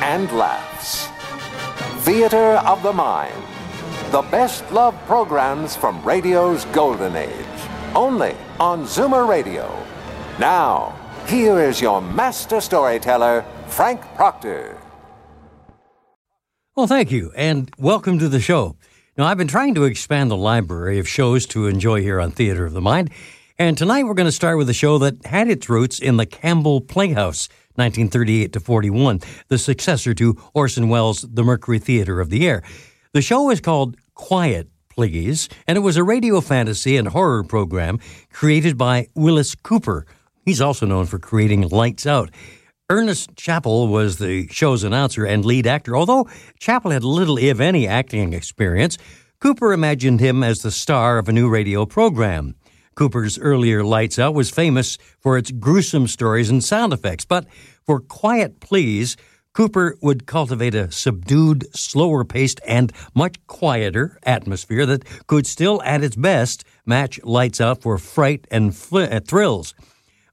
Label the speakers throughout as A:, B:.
A: and laughs. Theater of the Mind. The best love programs from radio's golden age. Only on Zoomer Radio. Now, here is your master storyteller, Frank Proctor.
B: Well, thank you, and welcome to the show. Now, I've been trying to expand the library of shows to enjoy here on Theater of the Mind, and tonight we're going to start with a show that had its roots in the Campbell Playhouse, 1938 to 41, the successor to Orson Welles' The Mercury Theater of the Air. The show is called Quiet, Please, and it was a radio fantasy and horror program created by Willis Cooper. He's also known for creating Lights Out. Ernest Chappell was the show's announcer and lead actor. Although Chappell had little, if any, acting experience, Cooper imagined him as the star of a new radio program. Cooper's earlier Lights Out was famous for its gruesome stories and sound effects, but for Quiet Please, Cooper would cultivate a subdued, slower paced, and much quieter atmosphere that could still, at its best, match Lights Out for fright and fl- uh, thrills.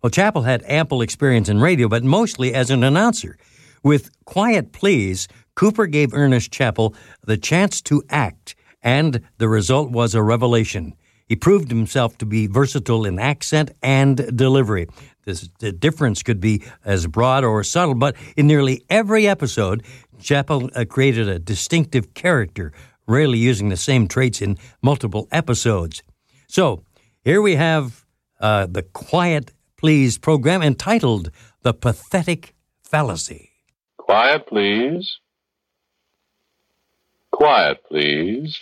B: Well, Chappell had ample experience in radio, but mostly as an announcer. With Quiet Please, Cooper gave Ernest Chappell the chance to act, and the result was a revelation. He proved himself to be versatile in accent and delivery. This, the difference could be as broad or subtle, but in nearly every episode, Chappell uh, created a distinctive character, rarely using the same traits in multiple episodes. So here we have uh, the Quiet Please program entitled The Pathetic Fallacy.
C: Quiet, please. Quiet, please.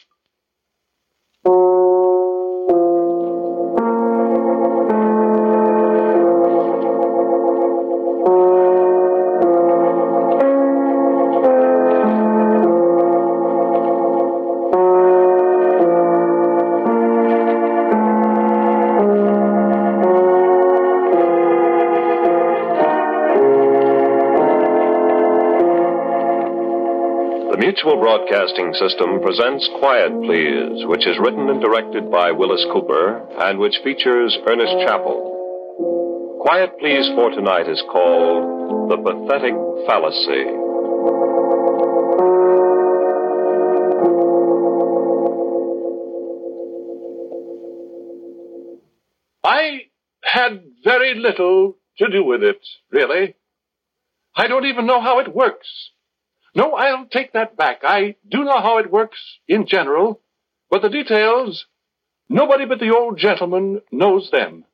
C: The Mutual Broadcasting System presents Quiet Please, which is written and directed by Willis Cooper and which features Ernest Chappell. Quiet Please for tonight is called The Pathetic Fallacy. I had very little to do with it, really. I don't even know how it works. No, I'll take that back. I do know how it works in general, but the details, nobody but the old gentleman knows them.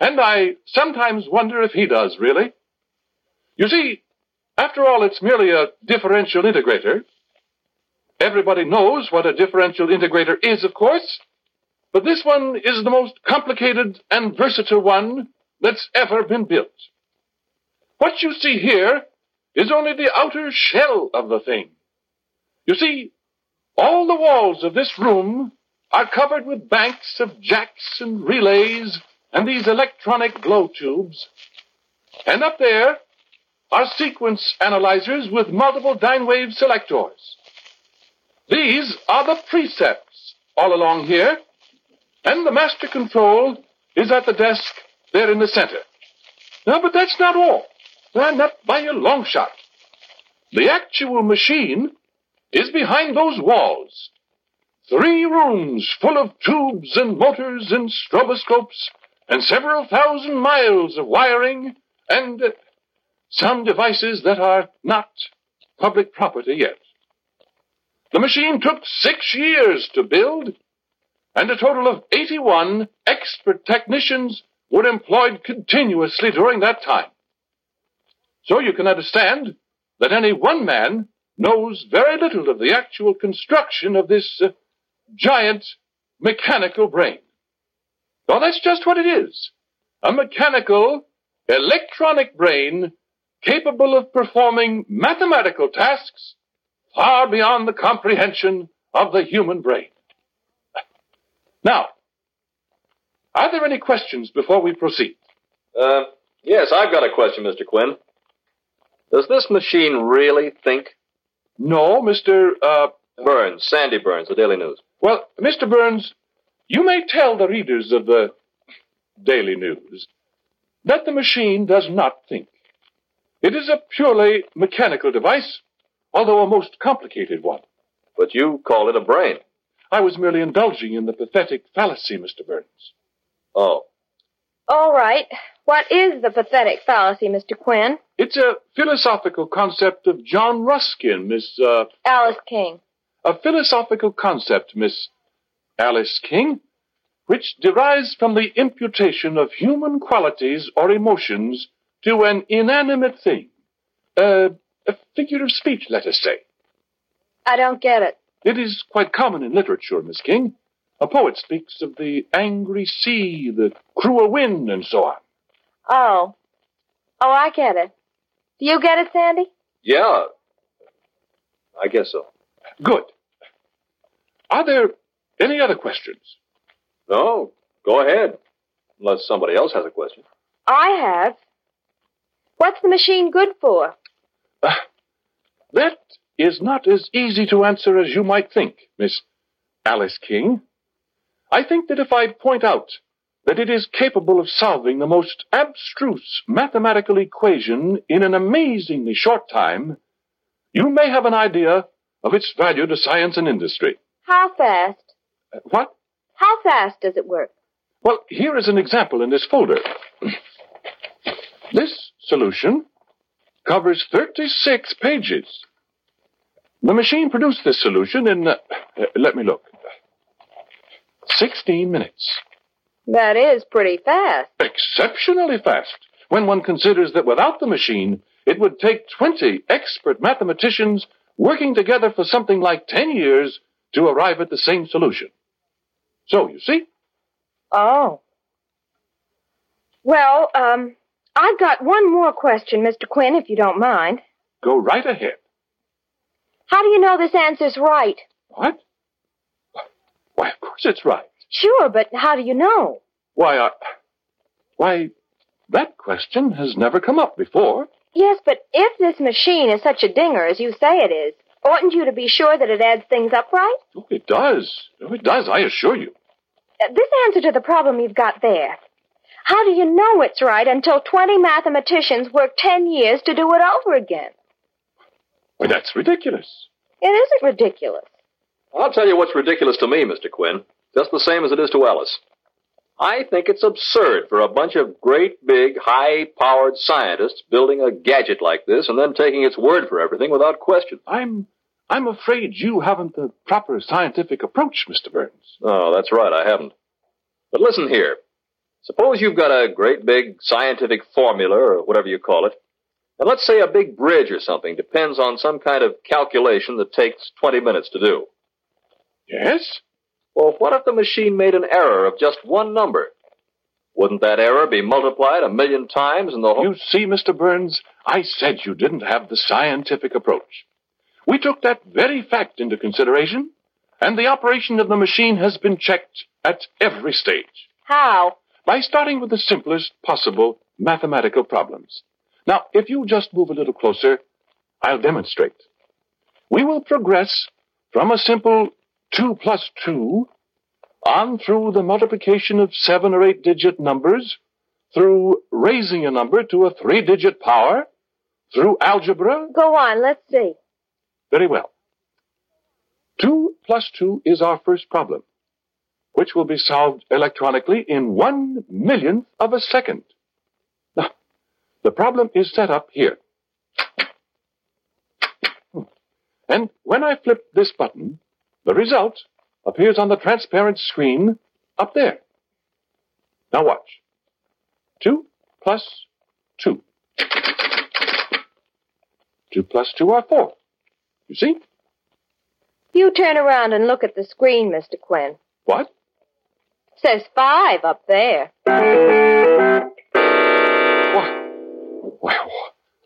C: And I sometimes wonder if he does, really. You see, after all, it's merely a differential integrator. Everybody knows what a differential integrator is, of course, but this one is the most complicated and versatile one that's ever been built. What you see here is only the outer shell of the thing. You see, all the walls of this room are covered with banks of jacks and relays and these electronic glow tubes. And up there are sequence analyzers with multiple dine wave selectors. These are the precepts all along here, and the master control is at the desk there in the center. Now, but that's not all. Why, not by a long shot. The actual machine is behind those walls. Three rooms full of tubes and motors and stroboscopes and several thousand miles of wiring and uh, some devices that are not public property yet. The machine took six years to build, and a total of 81 expert technicians were employed continuously during that time. So you can understand that any one man knows very little of the actual construction of this uh, giant mechanical brain. Well, that's just what it is a mechanical electronic brain capable of performing mathematical tasks far beyond the comprehension of the human brain. Now, are there any questions before we proceed?
D: Uh, yes, I've got a question, Mr. Quinn. Does this machine really think?
C: No, Mr. Uh,
D: Burns, Sandy Burns, the Daily News.
C: well, Mr. Burns, you may tell the readers of the Daily News that the machine does not think. It is a purely mechanical device, although a most complicated one.
D: But you call it a brain.
C: I was merely indulging in the pathetic fallacy, Mr. Burns.
D: Oh,
E: All right. What is the pathetic fallacy, Mr. Quinn?
C: It's a philosophical concept of John Ruskin, Miss. Uh,
E: Alice King.
C: a philosophical concept, Miss Alice King, which derives from the imputation of human qualities or emotions to an inanimate thing. Uh, a figure of speech, let us say.
E: I don't get it.
C: It is quite common in literature, Miss King. A poet speaks of the angry sea, the cruel wind, and so on.
E: Oh. Oh, I get it. Do you get it, Sandy?
D: yeah. I guess so.
C: Good. Are there any other questions?
D: No, go ahead. Unless somebody else has a question.
E: I have. What's the machine good for?
C: That is not as easy to answer as you might think, Miss Alice King. I think that if I point out that it is capable of solving the most abstruse mathematical equation in an amazingly short time, you may have an idea of its value to science and industry.
E: How fast?
C: Uh, What?
E: How fast does it work?
C: Well, here is an example in this folder. this solution covers 36 pages. The machine produced this solution in, uh, uh, let me look, 16 minutes.
E: That is pretty fast.
C: Exceptionally fast when one considers that without the machine, it would take 20 expert mathematicians working together for something like 10 years to arrive at the same solution. So, you see,
E: Oh. Well, um, I've got one more question, Mr. Quinn, if you don't mind.
C: go right ahead.
E: How do you know this answer's right?
C: What? Why, of course it's right.
E: Sure, but how do you know?
C: Why, I, why, that question has never come up before.
E: Yes, but if this machine is such a dinger as you say it is, oughtn't you to be sure that it adds things up right?
C: Oh, it does. Oh, it does, I assure you.
E: Uh, This answer to the problem you've got there. How do you know it's right until 20 mathematicians work 10 years to do it over again?
C: Why, that's ridiculous.
E: It isn't ridiculous.
D: I'll tell you what's ridiculous to me, Mr. Quinn, just the same as it is to Alice. I think it's absurd for a bunch of great, big, high powered scientists building a gadget like this and then taking its word for everything without question.
C: I'm, I'm afraid you haven't the proper scientific approach, Mr. Burns.
D: Oh, that's right, I haven't. But listen here. Suppose you've got a great big scientific formula, or whatever you call it, and let's say a big bridge or something depends on some kind of calculation that takes 20 minutes to do.
C: Yes?
D: Well, what if the machine made an error of just one number? Wouldn't that error be multiplied a million times and the whole.
C: You see, Mr. Burns, I said you didn't have the scientific approach. We took that very fact into consideration, and the operation of the machine has been checked at every stage.
E: How?
C: by starting with the simplest possible mathematical problems. Now, if you just move a little closer, I'll demonstrate. We will progress from a simple 2 plus 2 on through the multiplication of seven or eight digit numbers, through raising a number to a three digit power, through algebra.
E: Go on, let's see.
C: Very well. 2 plus 2 is our first problem, which will be solved electronically in one millionth of a second. Now, the problem is set up here. And when I flip this button, the result appears on the transparent screen up there. Now watch. 2 plus 2. 2 plus 2 are 4. You see?
E: You turn around and look at the screen, Mr. Quinn.
C: What?
E: Says five up there.
C: Why,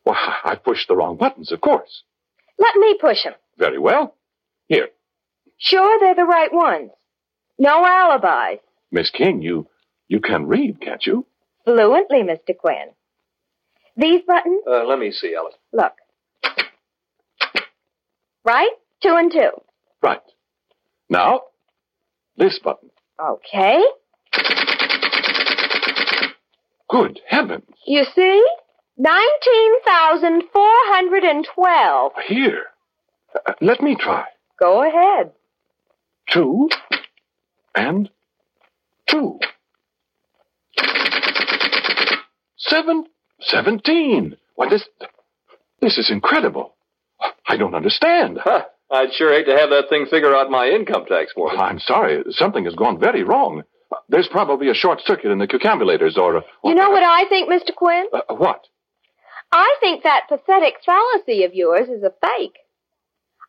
C: Well, I pushed the wrong buttons, of course.
F: Let me push 'em.
C: Very well. Here,
F: Sure, they're the right ones. No alibis.
C: Miss King, you you can read, can't you?
F: Fluently, Mr. Quinn. These buttons?
D: Uh, let me see, Alice.
F: Look. Right? Two and two.
C: Right. Now, this button.
F: Okay.
C: Good heavens.
F: You see? 19,412.
C: Here. Uh, let me try.
F: Go ahead.
C: Two and two. Seven, seventeen. Why, this, this is incredible. I don't understand.
D: Huh, I'd sure hate to have that thing figure out my income tax for me.
C: I'm sorry, something has gone very wrong. There's probably a short circuit in the cucambulators or...
F: You know what I think, Mr. Quinn?
C: Uh, what?
F: I think that pathetic fallacy of yours is a fake.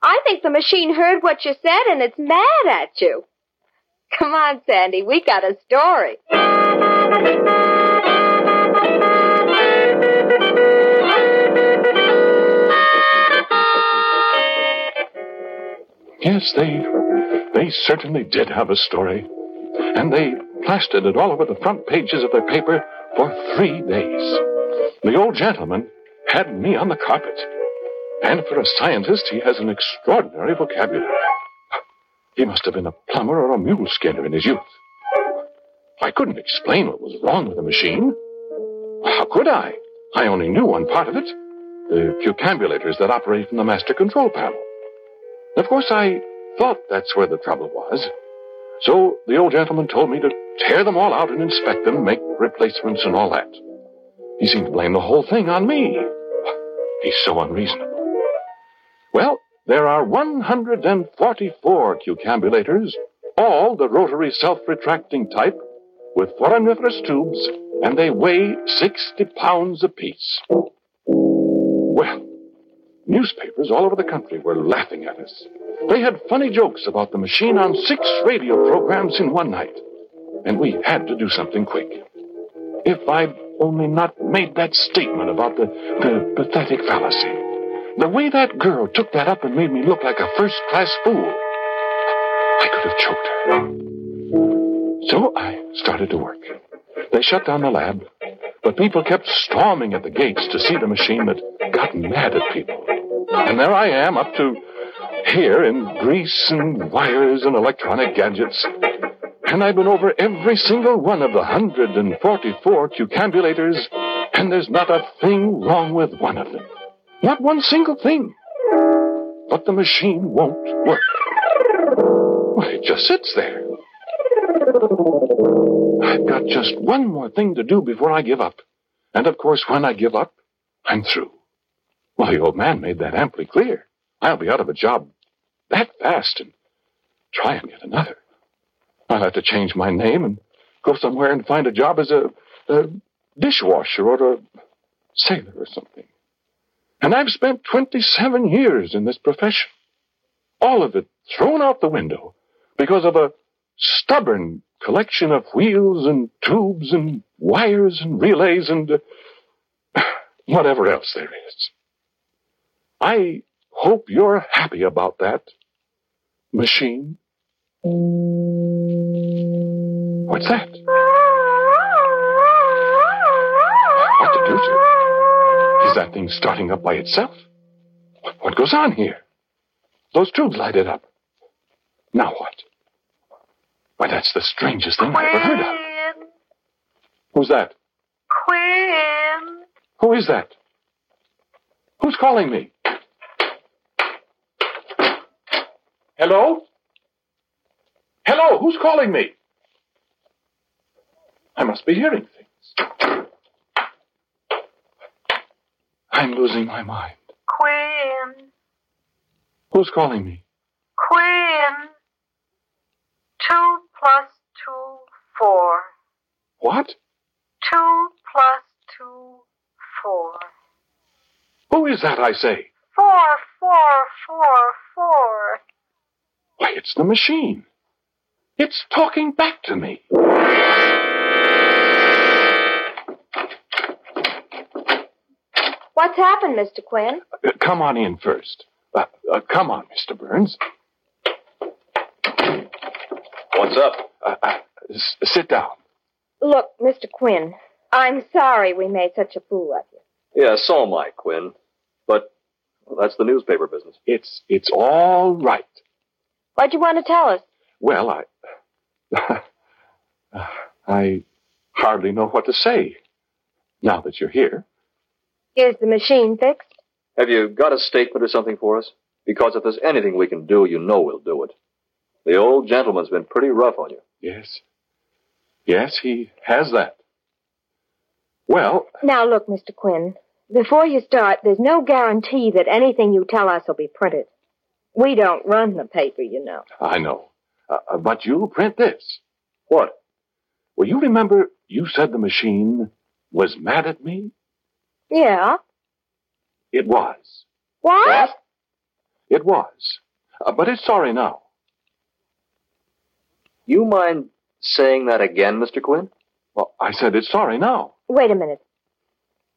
F: I think the machine heard what you said and it's mad at you. Come on, Sandy, we got a story.
C: Yes, they they certainly did have a story. And they plastered it all over the front pages of their paper for three days. The old gentleman had me on the carpet. And for a scientist, he has an extraordinary vocabulary. He must have been a plumber or a mule skinner in his youth. I couldn't explain what was wrong with the machine. How could I? I only knew one part of it the cucambulators that operate from the master control panel. Of course, I thought that's where the trouble was. So the old gentleman told me to tear them all out and inspect them, make replacements and all that. He seemed to blame the whole thing on me. He's so unreasonable. Well, there are 144 cucambulators, all the rotary self-retracting type, with foraminiferous tubes, and they weigh 60 pounds apiece. Well, Newspapers all over the country were laughing at us. They had funny jokes about the machine on six radio programs in one night. And we had to do something quick. If I'd only not made that statement about the, the pathetic fallacy. The way that girl took that up and made me look like a first class fool. I could have choked her. So I started to work. They shut down the lab, but people kept storming at the gates to see the machine that got mad at people. And there I am, up to here in grease and wires and electronic gadgets. And I've been over every single one of the 144 cucambulators, and there's not a thing wrong with one of them. Not one single thing. But the machine won't work. Well, it just sits there. I've got just one more thing to do before I give up. And of course, when I give up, I'm through. Well, the old man made that amply clear. I'll be out of a job that fast and try and get another. I'll have to change my name and go somewhere and find a job as a, a dishwasher or a sailor or something. And I've spent 27 years in this profession. All of it thrown out the window because of a stubborn collection of wheels and tubes and wires and relays and uh, whatever else there is. I hope you're happy about that, machine. What's that? What the deuce? Is that thing starting up by itself? What- What goes on here? Those tubes lighted up. Now what? Why, that's the strangest thing I've ever heard of.
G: Quinn,
C: Who's that?
G: Quinn,
C: Who is that? Who's calling me? Hello? Hello, who's calling me? I must be hearing things. I'm losing my mind.
G: Quinn,
C: Who's calling me?
G: Quinn. Two plus two, four.
C: What?
G: Two plus two, four.
C: Who is that, I say?
G: Four, four, four, four.
C: Why, it's the machine. It's talking back to me.
F: What's happened, Mr. Quinn?
C: Uh, come on in first. Uh, uh, come on, Mr. Burns.
D: What's up?
C: Uh, uh, s- sit down.
F: Look, Mr. Quinn, I'm sorry we made such a fool of you.
D: Yeah, so am I, Quinn. But well, that's the newspaper business.
C: It's it's all right.
F: What'd you want to tell us?
C: Well, I I hardly know what to say now that you're here.
F: Is the machine fixed?
D: Have you got a statement or something for us? Because if there's anything we can do, you know we'll do it. The old gentleman's been pretty rough on you.
C: Yes. Yes, he has that. Well,
F: Now, look, Mr. Quinn, before you start, there's no guarantee that anything you tell us will be printed. We don't run the paper, you know.
C: I know. Uh, but you'll print this.
D: What?
C: Well, you remember you said the machine was mad at me?
F: Yeah.
C: It was.
F: What?
C: It was. Uh, but it's sorry now.
D: You mind saying that again, Mr. Quinn?
C: Well, I said it's sorry now.
F: Wait a minute.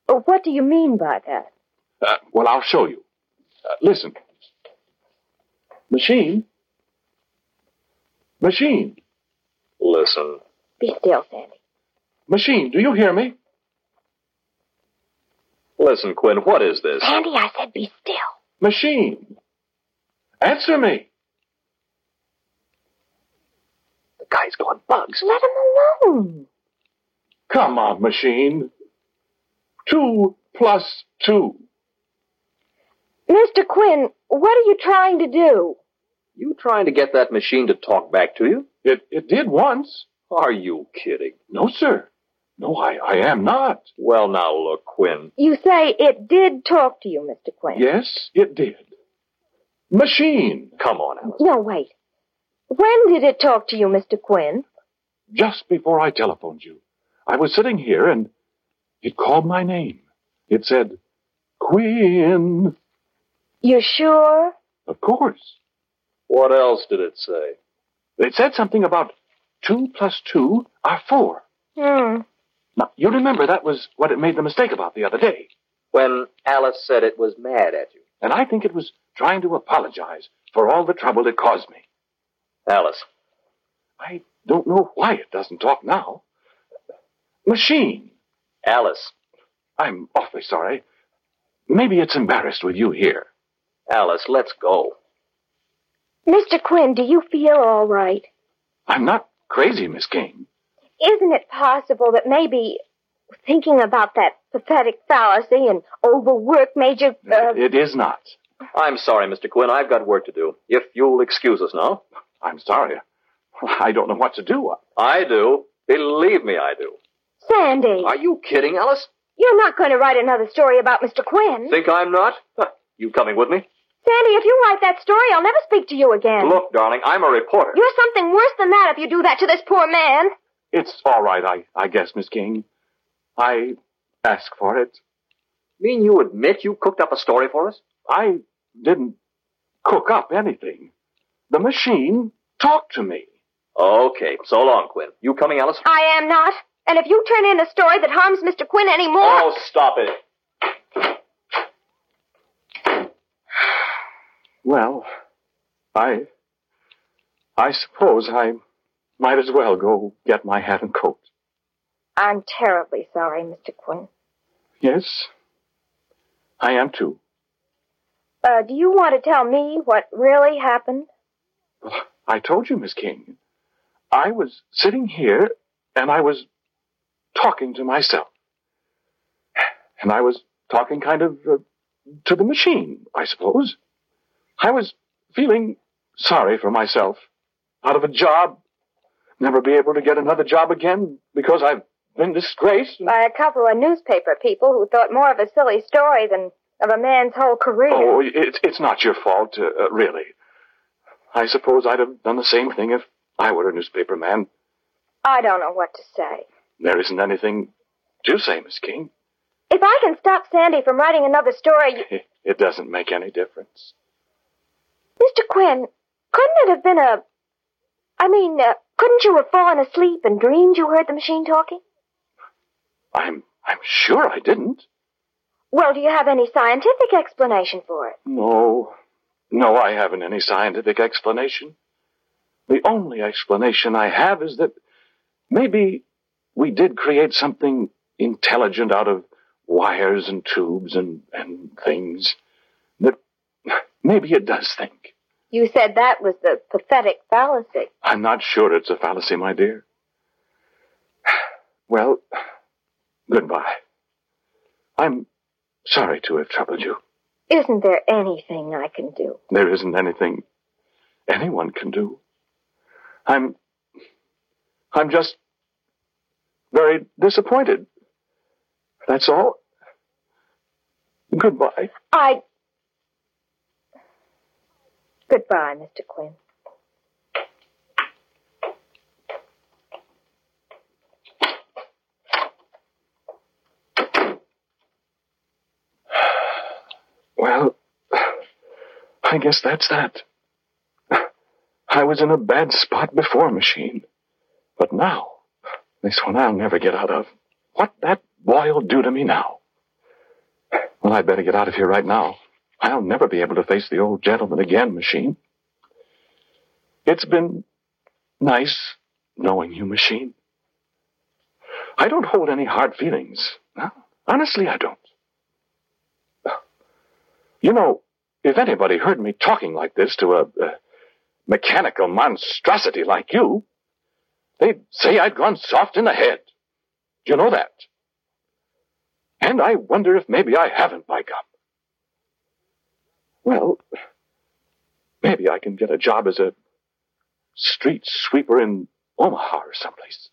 F: Oh, What do you mean by that?
C: Uh, well, I'll show you. Uh, listen. Machine. Machine.
D: Listen,
F: Be still, Sandy.
C: Machine, do you hear me?
D: listen, Quinn, what is this?
F: Sandy, I said be still.
C: Machine. Answer me.
D: The guy's going bugs.
F: Let him alone.
C: Come on, machine. Two plus two.
F: Mr. Quinn, what are you trying to do?
D: You trying to get that machine to talk back to you?
C: It, it did once.
D: Are you kidding?
C: No, sir. No, I, I am not.
D: Well, now look, Quinn.
F: You say it did talk to you, Mr. Quinn.
C: Yes, it did. Machine.
D: Come on, Alice.
F: No, wait. When did it talk to you, Mr. Quinn?
C: Just before I telephoned you, I was sitting here and it called my name. It said, Quinn.
F: You sure?
C: Of course.
D: What else did it say?
C: It said something about two plus two are four.
F: Hmm.
C: Now, you remember that was what it made the mistake about the other day.
D: When Alice said it was mad at you.
C: And I think it was trying to apologize for all the trouble it caused me.
D: Alice,
C: I don't know why it doesn't talk now. Machine.
D: Alice,
C: I'm awfully sorry. Maybe it's embarrassed with you here.
D: Alice, let's go.
F: Mr. Quinn, do you feel all right?
C: I'm not crazy, Miss King.
F: Isn't it possible that maybe thinking about that pathetic fallacy and overwork made you. Uh,
C: it is not.
D: I'm sorry, Mr. Quinn. I've got work to do. If you'll excuse us now.
C: I'm sorry. I don't know what to do.
D: I do. Believe me, I do.
F: Sandy,
D: Are you kidding, Alice?
F: you're not going to write another story about Mr. Quinn.
D: Think I'm not? Huh. You coming with me?
F: Sandy, if you write that story, I'll never speak to you again.
D: Look, darling, I'm a reporter.
F: You're something worse than that if you do that to this poor man.
C: It's all right, I, I guess, Miss King. I ask for it.
D: Mean you admit you cooked up a story for us?
C: I didn't cook up anything. The machine talked to me.
D: Okay, so long, Quinn. You coming, Alice?
F: I am not. And if you turn in a story that harms Mr. Quinn any more,
D: Oh, stop it.
C: Well, I. I suppose I might as well go get my hat and coat.
F: I'm terribly sorry, Mr. Quinn.
C: Yes, I am too.
F: Uh, do you want to tell me what really happened?
C: I told you, Miss King. I was sitting here and I was talking to myself. And I was talking kind of uh, to the machine, I suppose. I was feeling sorry for myself. Out of a job, never be able to get another job again because I've been disgraced. and-
F: By a couple of newspaper people who thought more of a silly story than of a man's whole career.
C: Oh, it, it's not your fault, uh, uh, really. I suppose I'd have done the same thing if I were a newspaper man.
F: I don't know what to say.
C: There isn't anything to say, Miss King.
F: If I can stop Sandy from writing another story, you...
C: It doesn't make any difference.
F: Mr. Quinn, couldn't it have been a. I mean, uh, couldn't you have fallen asleep and dreamed you heard the machine talking?
C: I'm I'm sure I didn't.
F: Well, do you have any scientific explanation for it?
C: No. No, I haven't any scientific explanation. The only explanation I have is that maybe we did create something intelligent out of wires and tubes and, and things. That maybe it does think.
F: You said that was the pathetic fallacy.
C: I'm not sure it's a fallacy, my dear. Well, goodbye. I'm sorry to have troubled you.
F: Isn't there anything I can do?
C: There isn't anything anyone can do. I'm. I'm just very disappointed. That's all. Goodbye.
F: I. Goodbye, Mr. Quinn.
C: Well, I guess that's that. I was in a bad spot before, machine. But now, this one I'll never get out of. What that boy'll do to me now. Well, I'd better get out of here right now. I'll never be able to face the old gentleman again, machine. It's been nice knowing you, machine. I don't hold any hard feelings. Honestly, I don't. You know, if anybody heard me talking like this to a, a mechanical monstrosity like you, they'd say I'd gone soft in the head. Do you know that? And I wonder if maybe I haven't, by gum. Well, maybe I can get a job as a street sweeper in Omaha or someplace.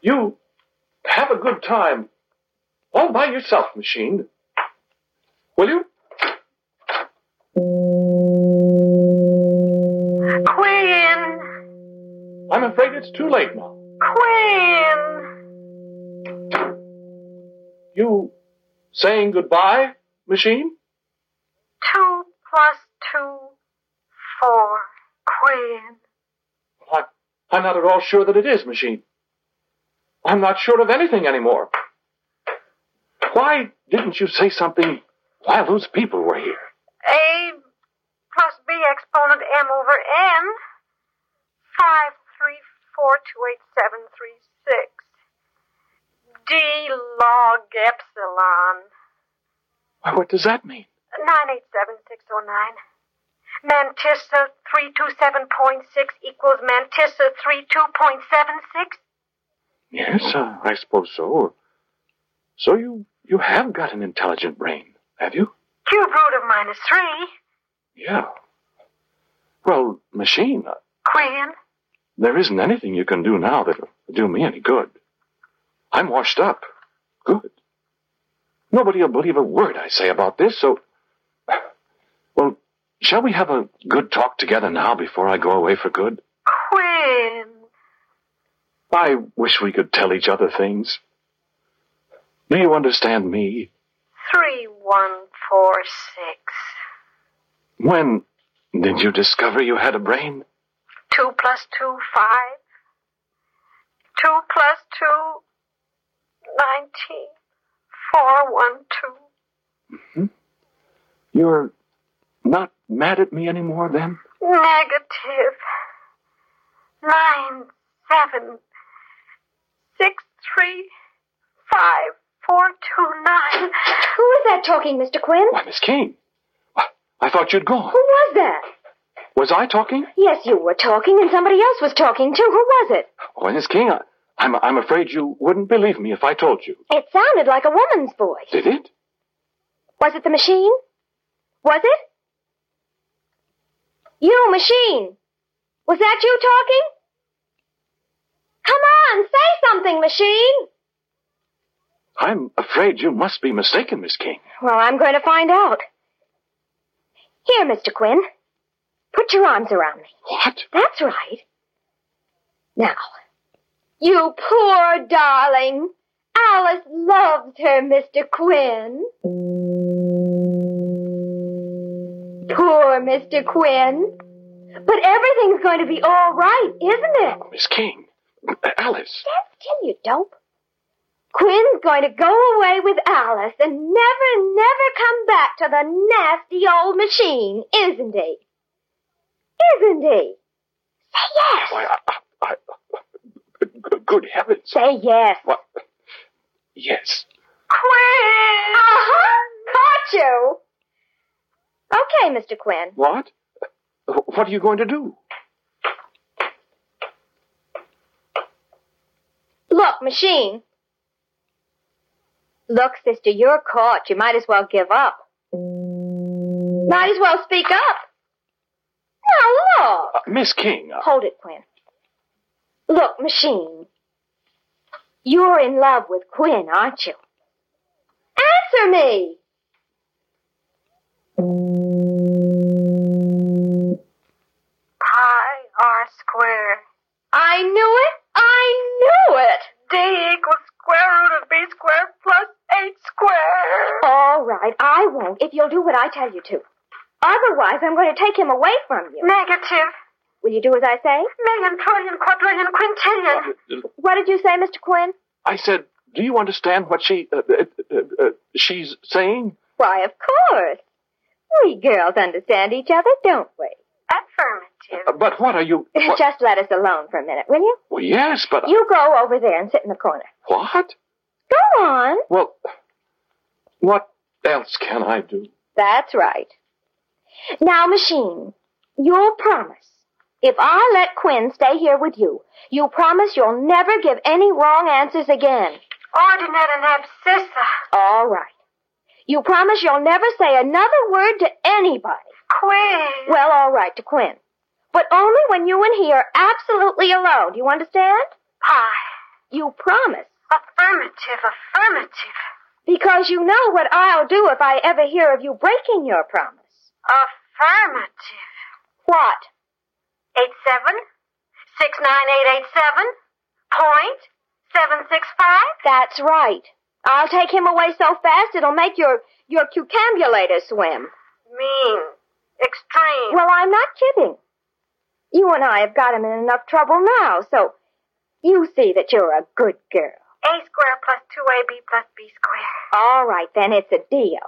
C: You have a good time all by yourself, machine. Will you?
G: Queen,
C: I'm afraid it's too late now.
G: Queen,
C: You saying goodbye, machine?
G: two plus two, four, Queen.
C: I, I'm not at all sure that it is, machine. I'm not sure of anything anymore. Why didn't you say something while those people were here?
G: A plus B exponent M over N. Five three four two eight seven three six. D log epsilon.
C: Why, What does that mean?
G: Nine eight seven six oh nine. Mantissa three two seven point six equals mantissa three two point seven six.
C: Yes, uh, I suppose so. So you you have got an intelligent brain, have you?
G: Cube root of minus three.
C: Yeah. Well, machine, uh,
G: Quinn.
C: there isn't anything you can do now that'll do me any good. I'm washed up. Good. Nobody will believe a word I say about this, so. Well, shall we have a good talk together now before I go away for good?
G: Quinn.
C: I wish we could tell each other things. Do you understand me?
G: Three one four six.
C: When did you discover you had a brain?
G: Two plus two, five. Two plus two, nineteen. Four, one, two.
C: You're not mad at me anymore then?
G: Negative. Nine, seven. Six, three, five, four, two, nine.
F: Who was that talking, Mr. Quinn?
C: Why, Miss King. I- I thought you'd gone.
F: Who was that?
C: Was I talking?
F: Yes, you were talking, and somebody else was talking, too. Who was it?
C: Well, Oh, Miss King, I, I'm, I'm afraid you wouldn't believe me if I told you.
F: It sounded like a woman's voice.
C: Did it?
F: Was it the machine? Was it? You, machine! Was that you talking? Come on, say something, machine!
C: I'm afraid you must be mistaken, Miss King.
F: Well, I'm going to find out. Here, Mr. Quinn. Put your arms around me.
C: What?
F: That's right. Now, you poor darling. Alice loves her, Mr. Quinn. Poor Mr. Quinn. But everything's going to be all right, isn't it?
C: Miss King. uh, Alice.
F: Stand still, you dope. Quinn's going to go away with Alice and never, never come back to the nasty old machine, isn't he? Isn't he? Say yes.
C: Why, I, I, I- good heavens.
F: Say yes.
C: What? Yes.
F: Quinn! Uh-huh. Caught you. Okay, Mr. Quinn.
C: What? What are you going to do?
F: Look, machine. Look, sister, you're caught. You might as well give up. Might as well speak up. Now look.
C: Uh, Miss King. uh,
F: Hold it, Quinn. Look, machine. You're in love with Quinn, aren't you? Answer me!
G: Pi r squared.
F: I knew it! I knew it!
G: D equals square root of b squared plus h squared.
F: All right, I won't if you'll do what I tell you to. Otherwise, I'm going to take him away from you.
G: Negative.
F: Will you do as I say?
G: Million, trillion, quadrillion, quintillion.
F: What did you say, Mr. Quinn?
C: I said, do you understand what she, uh, uh, uh, uh, she's saying?
F: Why, of course. We girls understand each other, don't we?
G: Affirmative.
C: Uh, But what are you? What?
F: Just let us alone for a minute, will you?
C: Well, yes, but
F: You go over there and sit in the corner.
C: what?
F: Go on.
C: Well, what else can I do?
F: That's right. Now, Machine, you'll promise. If I let Quinn stay here with you, you promise you'll never give any wrong answers again.
G: Ordinate and abscissa.
F: All right. You promise you'll never say another word to anybody.
G: Quiz.
F: Well, all right, to Quinn. But only when you and he are absolutely alone. Do you understand?
G: Pi.
F: You promise.
G: Affirmative, affirmative.
F: Because you know what I'll do if I ever hear of you breaking your promise.
G: Affirmative.
F: What?
G: Eight seven six nine eight eight seven point seven six five.
F: That's right. I'll take him away so fast it'll make your your cucambulator swim.
G: Mean. Extreme.
F: Well, I'm not kidding. You and I have got him in enough trouble now, so you see that you're a good girl.
G: A squared plus 2AB plus B squared.
F: All right, then it's a deal.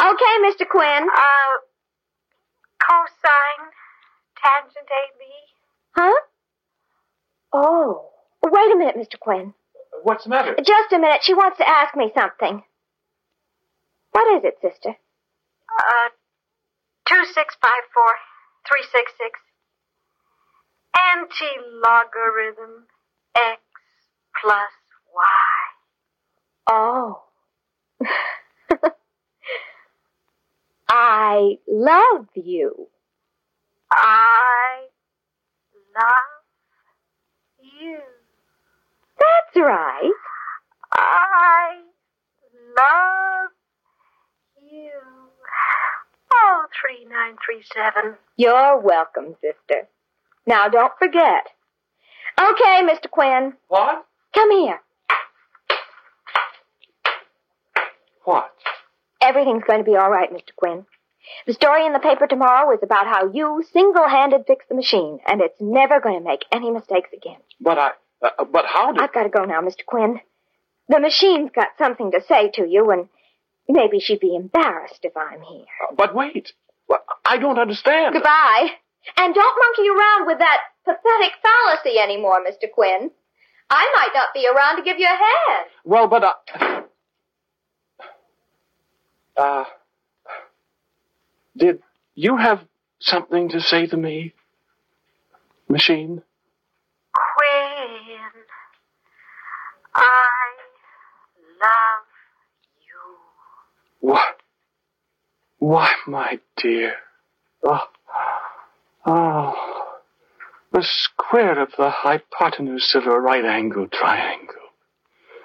F: Okay, Mr. Quinn.
G: Uh, cosine tangent AB.
F: Huh? Oh, wait a minute, Mr. Quinn.
C: What's the matter?
F: Just a minute. She wants to ask me something. What is it, sister?
G: Uh, 2654 366. Anti-logarithm X plus Y.
F: Oh. I love you.
G: I love you.
F: That's right.
G: I love you. Oh, 3937.
F: You're welcome, sister. Now don't forget. Okay, Mr. Quinn,
C: What?
F: come here.
C: What?
F: Everything's going to be all right, Mr. Quinn. The story in the paper tomorrow is about how you single-handed fixed the machine, and it's never going to make any mistakes again.
C: But I. Uh, but how did?
F: I've got to go now, Mr. Quinn. The machine's got something to say to you, and maybe she'd be embarrassed if I'm here.
C: But wait. Well, I don't understand.
F: Goodbye. And don't monkey around with that pathetic fallacy anymore, Mr. Quinn. I might not be around to give you a hand.
C: Well, but I. Uh, did you have something to say to me, machine?
G: Queen, I love you.
C: What? Why, my dear? Oh, oh, the square of the hypotenuse of a right angled triangle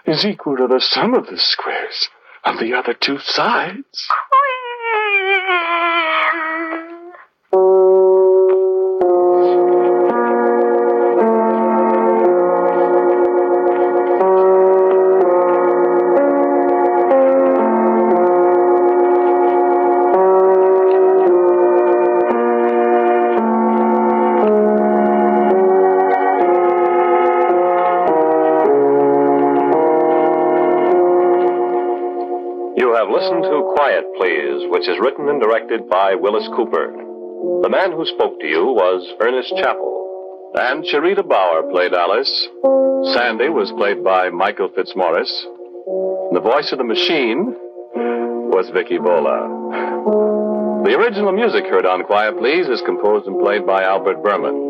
C: is equal to the sum of the squares of the other two sides.
G: Queen.
C: You have listened to Quiet Please, which is written and directed by Willis Cooper. The man who spoke to you was Ernest Chappell. And Sharita Bauer played Alice. Sandy was played by Michael Fitzmaurice. The voice of the machine was Vicky Bola. The original music heard on Quiet Please is composed and played by Albert Berman.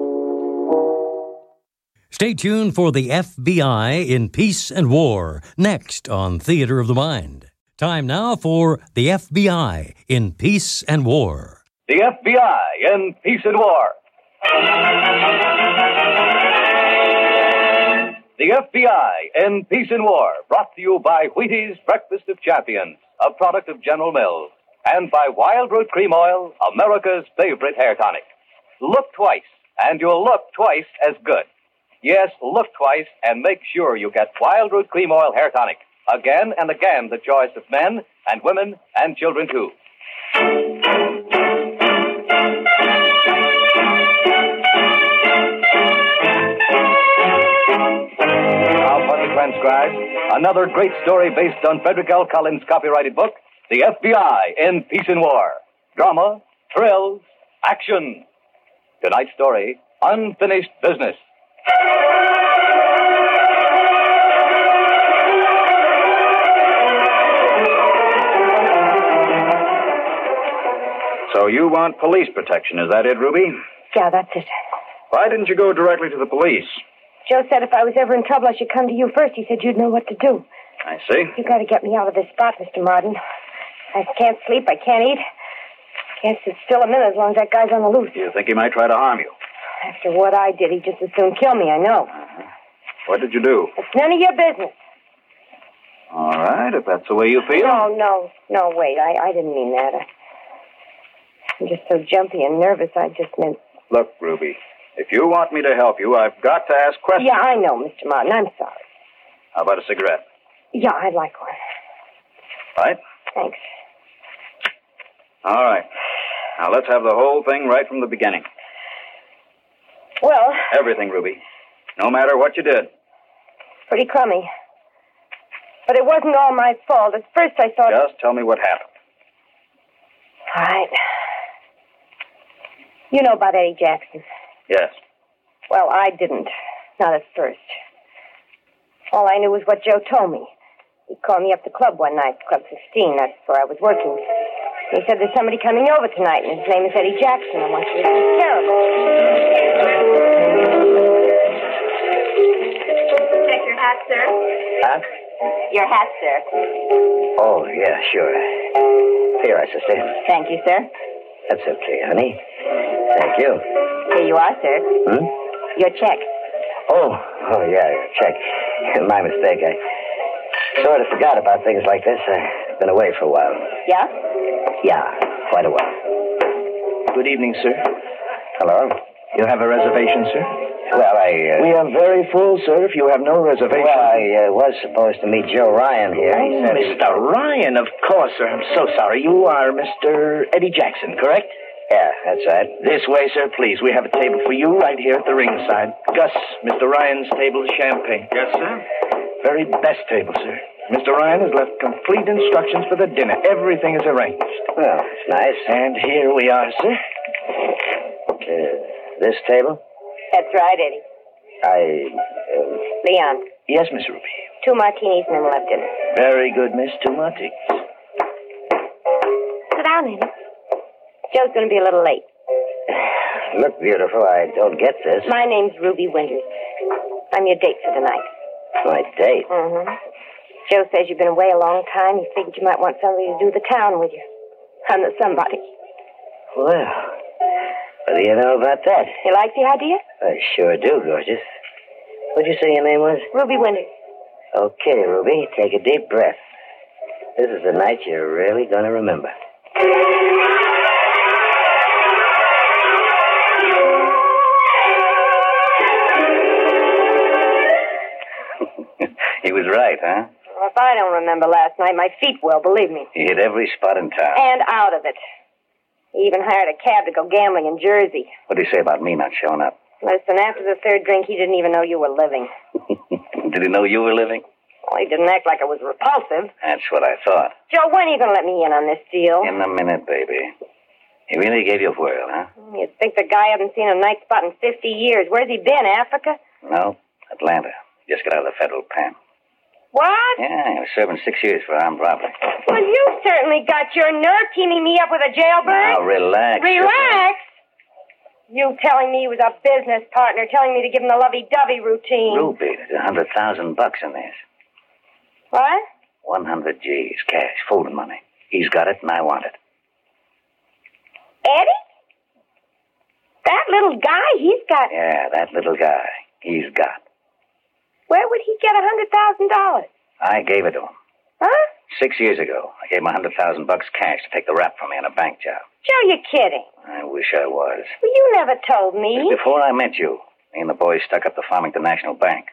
B: Stay tuned for the FBI in Peace and War, next on Theater of the Mind. Time now for the FBI in Peace and War.
H: The FBI in Peace and War. The FBI in Peace and War, brought to you by Wheaties Breakfast of Champions, a product of General Mills, and by Wild Root Cream Oil, America's favorite hair tonic. Look twice, and you'll look twice as good. Yes, look twice and make sure you get Wild Root Cream Oil Hair Tonic. Again and again, the choice of men and women and children, too. Now for the transcribed, another great story based on Frederick L. Collins' copyrighted book, The FBI in Peace and War. Drama, thrills, action. Tonight's story, Unfinished Business.
I: So you want police protection, is that it, Ruby?
J: Yeah, that's it.
I: Why didn't you go directly to the police?
J: Joe said if I was ever in trouble, I should come to you first. He said you'd know what to do.
I: I see.
J: You got to get me out of this spot, Mr. Martin. I can't sleep. I can't eat. Can't sit still a minute as long as that guy's on the loose.
I: You think he might try to harm you?
J: After what I did, he'd just as soon kill me. I know.
I: What did you do?
J: It's none of your business.
I: All right, if that's the way you feel.
J: No, no, no. Wait, I, I didn't mean that. I, I'm just so jumpy and nervous. I just meant.
I: Look, Ruby, if you want me to help you, I've got to ask questions.
J: Yeah, I know, Mr. Martin. I'm sorry.
I: How about a cigarette?
J: Yeah, I'd like one.
I: Right?
J: Thanks.
I: All right. Now let's have the whole thing right from the beginning.
J: Well,
I: Everything, Ruby. No matter what you did.
J: pretty crummy. But it wasn't all my fault. At first, I thought.
I: Just tell me what happened.
J: All right. You know about Eddie Jackson.
I: Yes.
J: Well, I didn't. Not at first. All I knew was what Joe told me. He called me up to club one night, Club 15. That's where I was working. He said, There's somebody coming over tonight, and his name is Eddie Jackson. I want you to take care of him.
K: Take your hat, sir.
L: Huh?
M: Your hat, sir.
L: Oh, yeah, sure. Here, I sustain.
M: Thank you, sir.
L: That's okay, honey. Thank you.
M: Here you are, sir.
L: Hmm?
M: Your check.
L: Oh, oh, yeah, check. My mistake. I sort of forgot about things like this. I've been away for a while.
M: Yeah?
L: Yeah, quite a while.
N: Good evening, sir.
L: Hello?
N: You have a reservation, sir?
L: Well, I. Uh...
N: We are very full, sir, if you have no reservation.
L: Well, I uh, was supposed to meet Joe Ryan here. He
N: Oh,
L: said he-
N: Mr. Ryan, of course, sir. I'm so sorry. You are Mr. Eddie Jackson, correct?
L: Yeah, that's right.
N: This way, sir, please. We have a table for you right here at the ringside. Gus, Mr. Ryan's table is champagne. Yes, sir. Very best table, sir. Mr. Ryan has left complete instructions for the dinner. Everything is arranged.
L: Well, it's nice.
N: And here we are, sir.
L: Uh, this table?
M: That's right, Eddie.
L: I. Uh,
M: Leon,
N: Yes, Miss Ruby.
M: two martinis and then we'll have dinner.
N: Very good, Miss Tumati.
M: Sit down, Eddie. Joe's going to be a little late.
L: look beautiful. I don't get this.
M: My name's Ruby Winters. I'm your date for the night.
L: My date.
M: Mm-hmm. Joe says you've been away a long time. He figured you might want somebody to do the town with you. I'm the somebody.
L: Well, what do you know about that?
M: You like the idea?
L: I sure do, gorgeous. What'd you say your name was?
M: Ruby Winters.
L: Okay, Ruby, take a deep breath. This is a night you're really going to remember.
I: He was right, huh?
M: Well, if I don't remember last night, my feet will, believe me.
I: He hit every spot in town.
J: Eh.
M: And out of it. He even hired a cab to go gambling in Jersey.
I: What did he say about me not showing up?
M: Listen, after the third drink, he didn't even know you were living.
I: did he know you were living?
J: Well, he didn't act like it was repulsive.
M: That's what I thought.
J: Joe, when are you going to let me in on this deal?
M: In a minute, baby. He really gave you a whirl, huh?
J: You'd think the guy hadn't seen a night spot in 50 years. Where's he been, Africa?
M: No, Atlanta. Just got out of the federal pen.
J: What?
M: Yeah, he was serving six years for armed robbery.
J: Well, you certainly got your nerve teaming me up with a jailbird.
M: Now, relax.
J: Relax? You telling me he was a business partner, telling me to give him the lovey-dovey routine.
M: Ruby, there's a hundred thousand bucks in this.
J: What?
M: One hundred G's, cash, folding money. He's got it, and I want it.
J: Eddie? That little guy, he's got.
M: Yeah, that little guy. He's got.
J: Where would he get a hundred thousand dollars?
M: I gave it to him.
J: Huh?
M: Six years ago, I gave him a hundred thousand bucks cash to take the rap from me on a bank job.
J: Joe, you're kidding.
M: I wish I was.
J: Well, you never told me.
M: Just Before I met you, me and the boys stuck up the Farmington National Bank.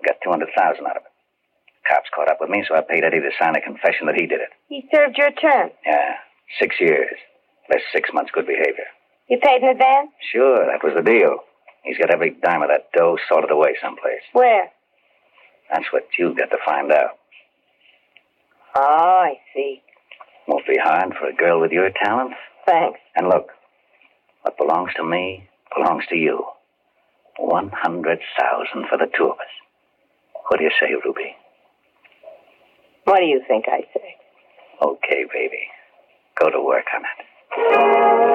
M: We got two hundred thousand out of it. Cops caught up with me, so I paid Eddie to sign a confession that he did it.
J: He served your term.
M: Yeah, six years, less six months good behavior.
J: You paid in advance?
M: Sure, that was the deal. He's got every dime of that dough sorted away someplace.
J: Where?
M: That's what you've got to find out.
J: Oh, I see.
M: Won't be hard for a girl with your talents.
J: Thanks.
M: And look, what belongs to me belongs to you. One hundred thousand for the two of us. What do you say, Ruby?
J: What do you think I say?
M: Okay, baby. Go to work on it.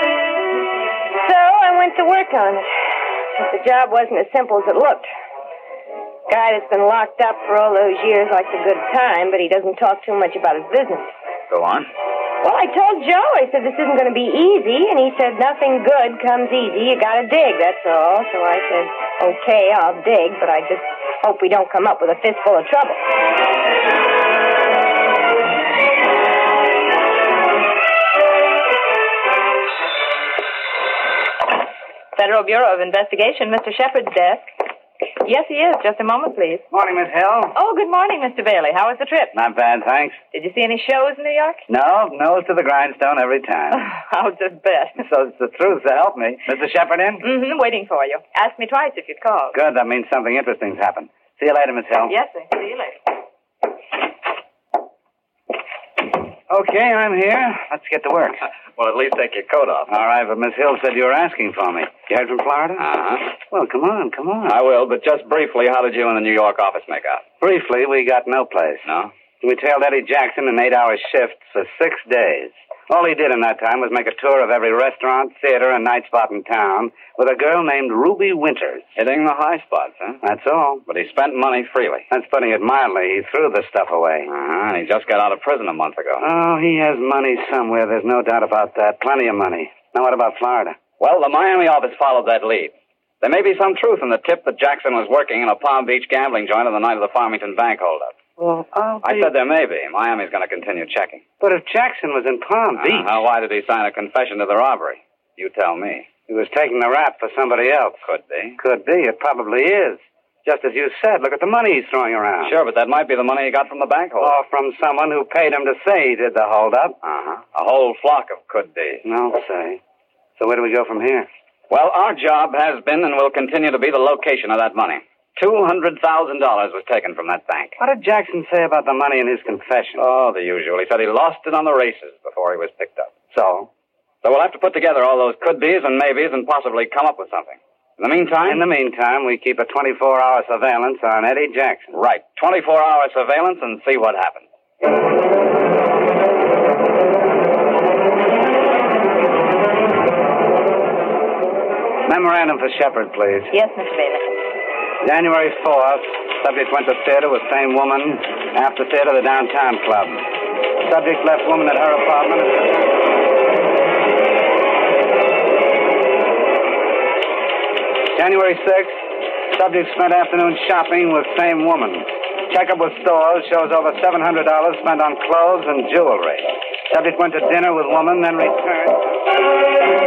J: So I went to work on it. But the job wasn't as simple as it looked. Guy that's been locked up for all those years likes a good time, but he doesn't talk too much about his business.
M: Go on.
J: Well, I told Joe, I said, this isn't going to be easy. And he said, nothing good comes easy. You got to dig, that's all. So I said, okay, I'll dig, but I just hope we don't come up with a fistful of trouble.
O: Federal Bureau of Investigation, Mr. Shepard's desk. Yes, he is. Just a moment, please.
P: Morning, Miss Hill.
O: Oh, good morning, Mr. Bailey. How was the trip?
P: Not bad, thanks.
O: Did you see any shows in New York?
P: No, nose to the grindstone every time.
O: I'll just bet.
P: so it's the truth, so help me. Mr. Shepard in?
O: Mm-hmm, waiting for you. Asked me twice if you'd called.
P: Good, that means something interesting's happened. See you later, Miss Hill.
O: Yes, sir. See you later.
P: Okay, I'm here. Let's get to work.
M: Well, at least take your coat off.
P: All right, but Miss Hill said you were asking for me. You heard from Florida? Uh huh. Well, come on, come on.
M: Uh-huh. I will, but just briefly, how did you and the New York office make out?
P: Briefly, we got no place.
M: No?
P: We tailed Eddie Jackson in eight hour shifts for six days. All he did in that time was make a tour of every restaurant, theater, and night spot in town with a girl named Ruby Winters.
M: Hitting the high spots, huh?
P: That's all.
M: But he spent money freely.
P: That's putting it mildly. He threw the stuff away.
M: Uh-huh. He just got out of prison a month ago.
P: Oh, he has money somewhere. There's no doubt about that. Plenty of money. Now, what about Florida?
M: Well, the Miami office followed that lead. There may be some truth in the tip that Jackson was working in a Palm Beach gambling joint on the night of the Farmington bank holdup.
P: Well, I'll
Q: um,
M: I said there may be. Miami's going to continue checking.
P: But if Jackson was in Palm Beach,
M: Uh-huh. Why did he sign a confession to the robbery? You tell me.
P: he was taking the rap for somebody else.
M: Could be.
P: Could be. It probably is. Just as you said, look at the money he's throwing around.
M: Sure, but that might be the money he got from the bank holdup.
P: Or from someone who paid him to say he did the holdup.
M: Uh-huh. A whole flock of could be.
P: No say. So where do we go from here?
M: Well, our job has been and will continue to be the location of that money. $200,000 was taken from that bank.
P: What did Jackson say about the money in his confession?
M: Oh, the usual. He said he lost it on the races before he was picked up.
P: So,
M: So we'll have to put together all those could be's and maybes and possibly come up with something. In the meantime.
P: in the meantime, we keep a 24-hour surveillance on Eddie Jackson.
M: Right. 24 hour surveillance and see what happens.
P: Memorandum for Shepard, please.
O: Yes, Mr. Bailey.
P: January 4th, subject went to theater with same woman. After theater, the downtown club. Subject left woman at her apartment. January 6th, subject spent afternoon shopping with same woman. Checkup with stores shows over $700 spent on clothes and jewelry. Subject went to dinner with woman, then returned.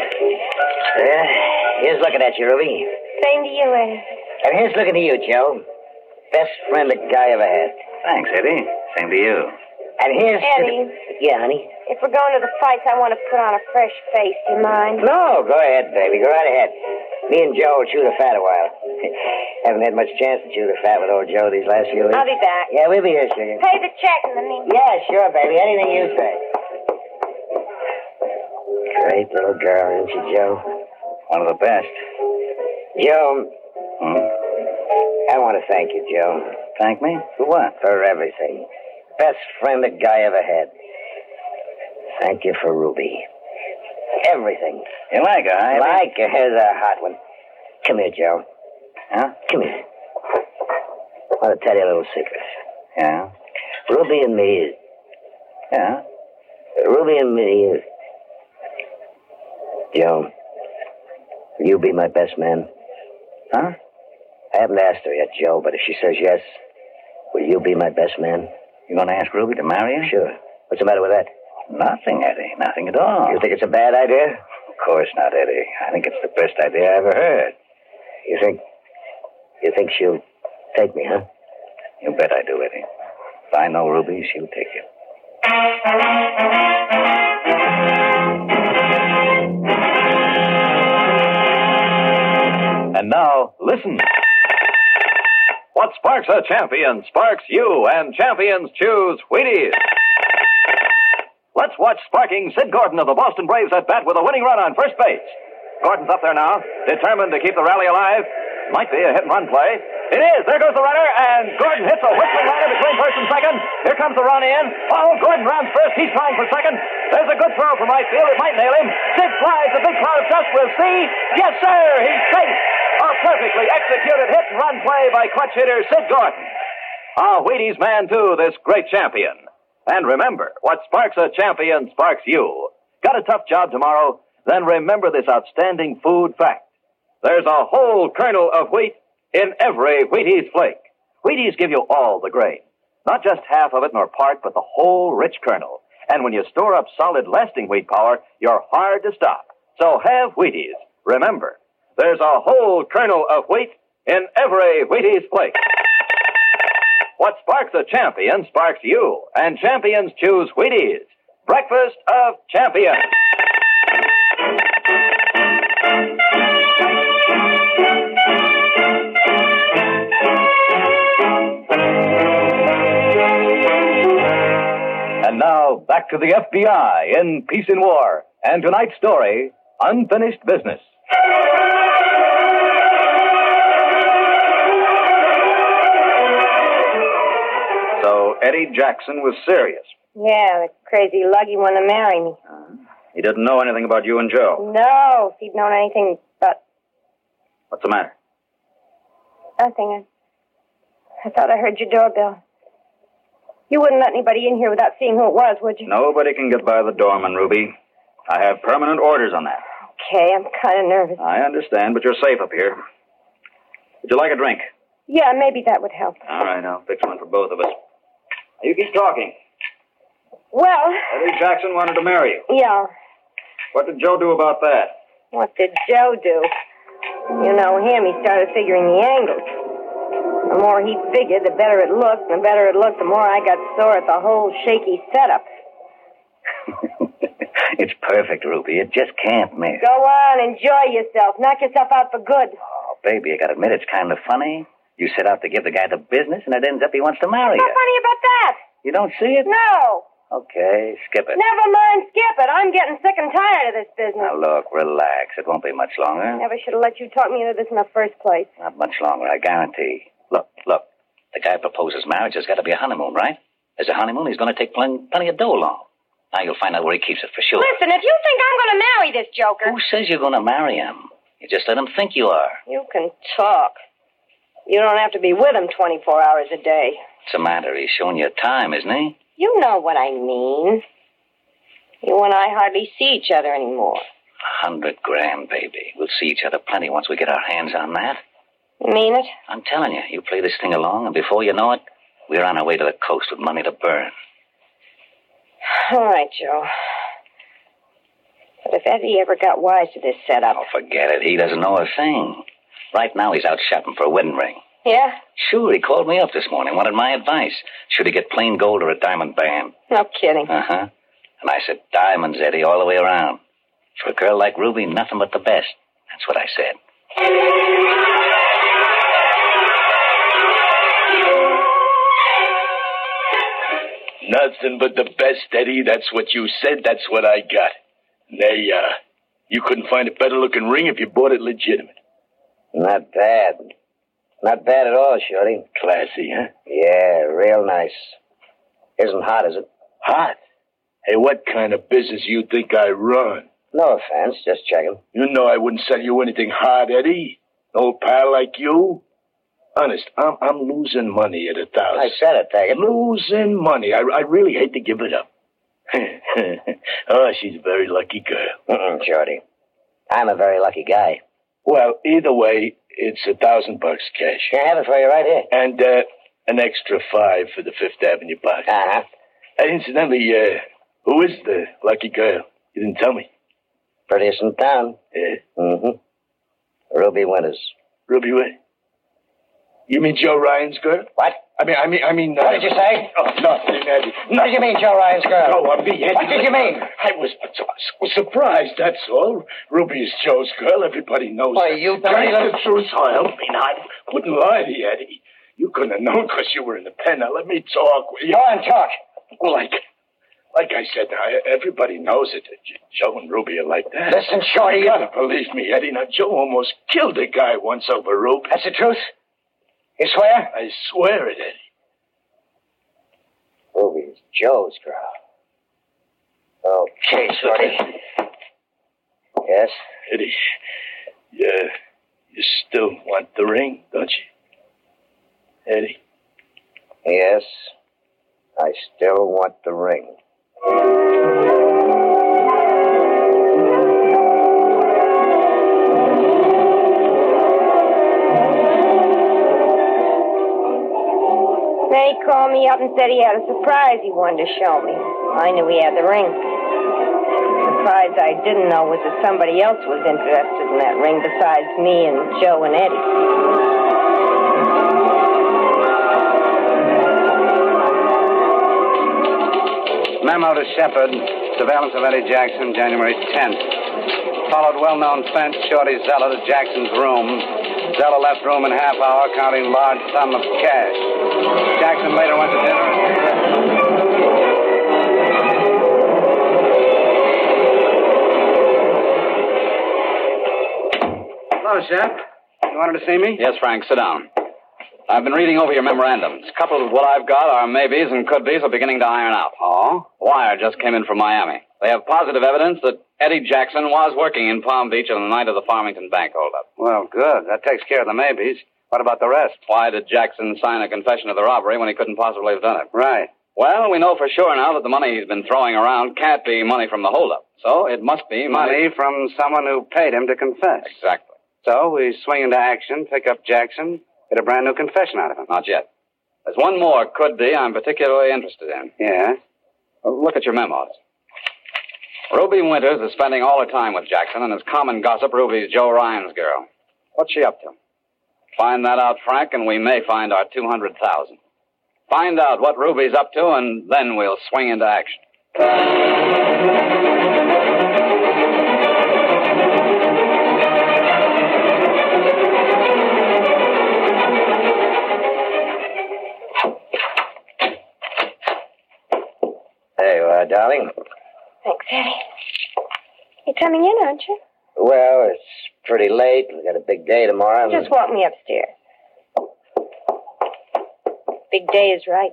L: Yeah, here's looking at you, Ruby.
J: Same to you, Eddie.
L: And here's looking at you, Joe. Best friend a guy ever had.
P: Thanks, Eddie. Same to you. And here's.
J: Eddie,
L: Yeah, honey.
J: if we're going to the fights, I want to put on a fresh face. Do you mind?
L: No, go ahead, baby. Go right ahead. Me and Joe will chew the fat a while. Haven't had much chance to chew the fat with old Joe these last few weeks.
J: I'll be back.
L: Yeah, we'll be here, sugar.
J: Pay the check in the meantime.
L: Yeah, sure, baby. Anything you say. Great little girl, isn't she, Joe? One of the best. Joe. I want to thank you, Joe. Thank me? For what? For everything. Best friend a guy ever had. Thank you for Ruby. Everything. You like her, eh?
M: huh?
L: Like her. Here's a hot one. Come here, Joe. Huh? Come here. I want to tell you a little secret. Yeah? Ruby and me. Yeah? Ruby and me. is- Joe, will you be my best man? Huh? I haven't asked her yet, Joe, but if she says yes, will you be my best man? You going to ask Ruby to marry you? Sure. What's the matter with that?
M: Nothing, Eddie. Nothing at all.
L: You think it's a bad idea?
M: Of course not, Eddie. I think it's the best idea I ever heard.
L: You think. You think she'll take me, huh?
M: You bet I do, Eddie. If I know Ruby, she'll take you.
R: And now, listen. What sparks a champion sparks you, and champions choose Wheaties. Let's watch sparking Sid Gordon of the Boston Braves at bat with a winning run on first base. Gordon's up there now, determined to keep the rally alive. Might be a hit and run play. It is. There goes the runner, and Gordon hits a whistling liner between first and second. Here comes the run in. Oh, Gordon rounds first. He's flying for second. There's a good throw from right field. It might nail him. Sid flies. The big cloud of dust will see. Yes, sir. He's safe. A perfectly executed hit and run play by clutch hitter Sid Gordon. Ah, Wheaties man too, this great champion. And remember, what sparks a champion sparks you. Got a tough job tomorrow? Then remember this outstanding food fact. There's a whole kernel of wheat in every Wheaties flake. Wheaties give you all the grain. Not just half of it nor part, but the whole rich kernel. And when you store up solid, lasting wheat power, you're hard to stop. So have Wheaties. Remember, there's a whole kernel of wheat in every Wheaties flake. What sparks a champion sparks you, and champions choose Wheaties. Breakfast of champions. And now back to the FBI in Peace and War, and tonight's story, Unfinished Business.
M: So Eddie Jackson was serious.
J: Yeah, that crazy luggy wanted to marry me.
M: He didn't know anything about you and Joe.
J: No, if he'd known anything about
M: What's the matter?
J: nothing, I, I thought I heard your doorbell. You wouldn't let anybody in here without seeing who it was, would you?
M: Nobody can get by the doorman, Ruby. I have permanent orders on that.
J: Okay, I'm kind of nervous.
M: I understand, but you're safe up here. Would you like a drink?
J: Yeah, maybe that would help.
M: All right, I'll fix one for both of us. Now, You keep talking.
J: Well,
M: Eddie Jackson wanted to marry you.
J: yeah,
M: What did Joe do about that?
J: what did Joe do? You know him, he started figuring the angles. The more he figured, the better it looked, and the better it looked, the more I got sore at the whole shaky setup.
M: It's perfect, Ruby. It just can't miss.
J: Go on, enjoy yourself, knock yourself out for good.
M: Oh, baby, I gotta admit, it's kind of funny. You set out to give the guy the business, and it ends up he wants to marry
J: What's so
M: you.
J: funny about that?
M: You don't see it?
J: No.
M: Okay, skip it.
J: Never mind, skip it. I'm getting sick and tired of this business.
M: Now, look, relax. It won't be much longer.
J: Never should have let you talk me into this in the first place.
M: Not much longer, I guarantee. Look, look. The guy proposes marriage. There's got to be a honeymoon, right? There's a honeymoon. He's going to take plen- plenty of dough along. Now you'll find out where he keeps it for sure.
J: Listen, if you think I'm going to marry this joker,
M: Who says you're going to marry him? You just let him think you are.
J: you can talk. You don't have to be with him 24 hours a day.
M: What's the matter? He's showing you time, isn't he?
J: You know what I mean. You and I hardly see each other anymore.
M: A hundred grand, baby. We'll see each other plenty once we get our hands on that.
J: You mean it?
M: I'm telling you, you play this thing along, and before you know it, we're on our way to the coast with money to burn.
J: All right, Joe. But if Eddie ever got wise to this setup,
M: Forget it. He doesn't know a thing. Right now, he's out shopping for a wedding ring.
O: Yeah?
S: Sure, he called me up this morning, wanted my advice. Should he get plain gold or a diamond band?
O: No kidding.
S: Uh huh. And I said, diamonds, Eddie, all the way around. For a girl like Ruby, nothing but the best. That's what I said.
N: Nothing but the best, Eddie. That's what you said. That's what I got. They, uh, you couldn't find a better looking ring if you bought it legitimate.
L: Not bad. Not bad at all, Shorty.
N: Classy, huh?
L: Yeah, real nice. Isn't hot, is it?
N: Hot? Hey, what kind of business you think I run?
L: No offense, just checking.
N: You know I wouldn't sell you anything hard, Eddie. An old pal like you. Honest, I'm, I'm losing money at a thousand.
L: I said it, Daggett.
N: Losing money. I, I really hate to give it up. oh, she's a very lucky girl.
L: Mm-mm, Shorty. I'm a very lucky guy.
N: Well, either way, it's a thousand bucks cash.
L: Can I have it for you right here?
N: And uh, an extra five for the Fifth Avenue box.
L: Uh-huh.
N: Hey, incidentally, uh, who is the lucky girl? You didn't tell me.
L: Prettiest in town.
N: Yeah.
L: Mm-hmm. Ruby Winters.
N: Ruby Win. You mean Joe Ryan's girl?
L: What?
N: I mean, I mean, I mean.
L: What did you say?
N: Oh, nothing, Eddie.
L: What did you mean, Joe Ryan's girl?
N: No, I mean, Eddie.
L: What did you mean?
N: I was, I was surprised. That's all. Ruby is Joe's girl. Everybody knows.
L: Why,
N: that.
L: you
N: Tell
L: dirty
N: you
L: little-
N: the truth, so help me. Now, I couldn't lie to you, Eddie. You couldn't have known because you were in the pen. Now let me talk. Will you?
L: Go on, talk.
N: Well, like, like I said, now everybody knows it. that J- Joe and Ruby are like that.
L: Listen, Shorty,
N: You
L: you-
N: gotta believe me, Eddie. Now Joe almost killed a guy once over Ruby.
L: That's the truth? You swear?
N: I swear it, Eddie.
L: Ruby's Joe's girl. Okay, Shorty. Yes?
N: Eddie, yeah, you still want the ring, don't you? Eddie?
L: Yes. I still want the ring.
J: Then he called me up and said he had a surprise he wanted to show me. I knew he had the ring. The surprise I didn't know was that somebody else was interested in that ring besides me and Joe and Eddie.
P: Memo to Shepard. Surveillance of Eddie Jackson, January 10th. Followed well-known fence Shorty Zeller to Jackson's room. Zeller left room in half hour, counting large sum of cash. Jackson later went to dinner. Hello, Shep. You wanted to see me?
Q: Yes, Frank, sit down. I've been reading over your memorandums. Coupled with what I've got, our maybes and could be's are beginning to iron out. Oh? Wire just came in from Miami. They have positive evidence that Eddie Jackson was working in Palm Beach on the night of the Farmington bank holdup.
P: Well, good. That takes care of the maybes. What about the rest?
Q: Why did Jackson sign a confession of the robbery when he couldn't possibly have done it?
P: Right.
Q: Well, we know for sure now that the money he's been throwing around can't be money from the holdup. So it must be
P: Money from someone who paid him to confess.
Q: Exactly.
P: So we swing into action, pick up Jackson, get a brand new confession out of him.
Q: Not yet. There's one more could be I'm particularly interested in.
P: Yeah?
Q: Look at your memos. Ruby Winters is spending all her time with Jackson, and as common gossip, Ruby's Joe Ryan's girl. What's she up to? Find that out, Frank, and we may find our 200,000. Find out what Ruby's up to, and then we'll swing into action.
L: There you are, uh, darling.
J: Thanks, Eddie. You're coming in, aren't you?
L: Well, it's pretty late. We got a big day tomorrow.
J: Just walk me upstairs. Big day is right.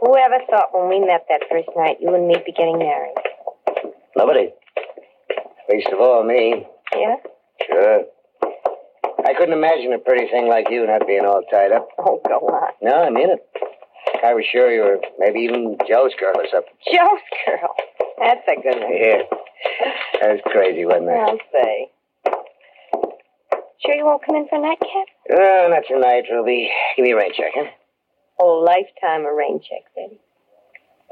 J: Whoever thought when we met that first night you and me'd be getting married?
L: Nobody. Least of all me.
J: Yeah?
L: Sure. I couldn't imagine a pretty thing like you not being all tied up.
J: Oh, go on.
L: No, I mean it. I was sure you were maybe even Joe's girl or something.
J: Joe's girl. That's a good one.
L: Yeah. That was crazy, wasn't it?
J: I'll say. Sure you won't come in for a nightcap?
L: Oh, not tonight, Ruby. Give me a rain check, huh?
J: Oh, lifetime of rain checks, Eddie.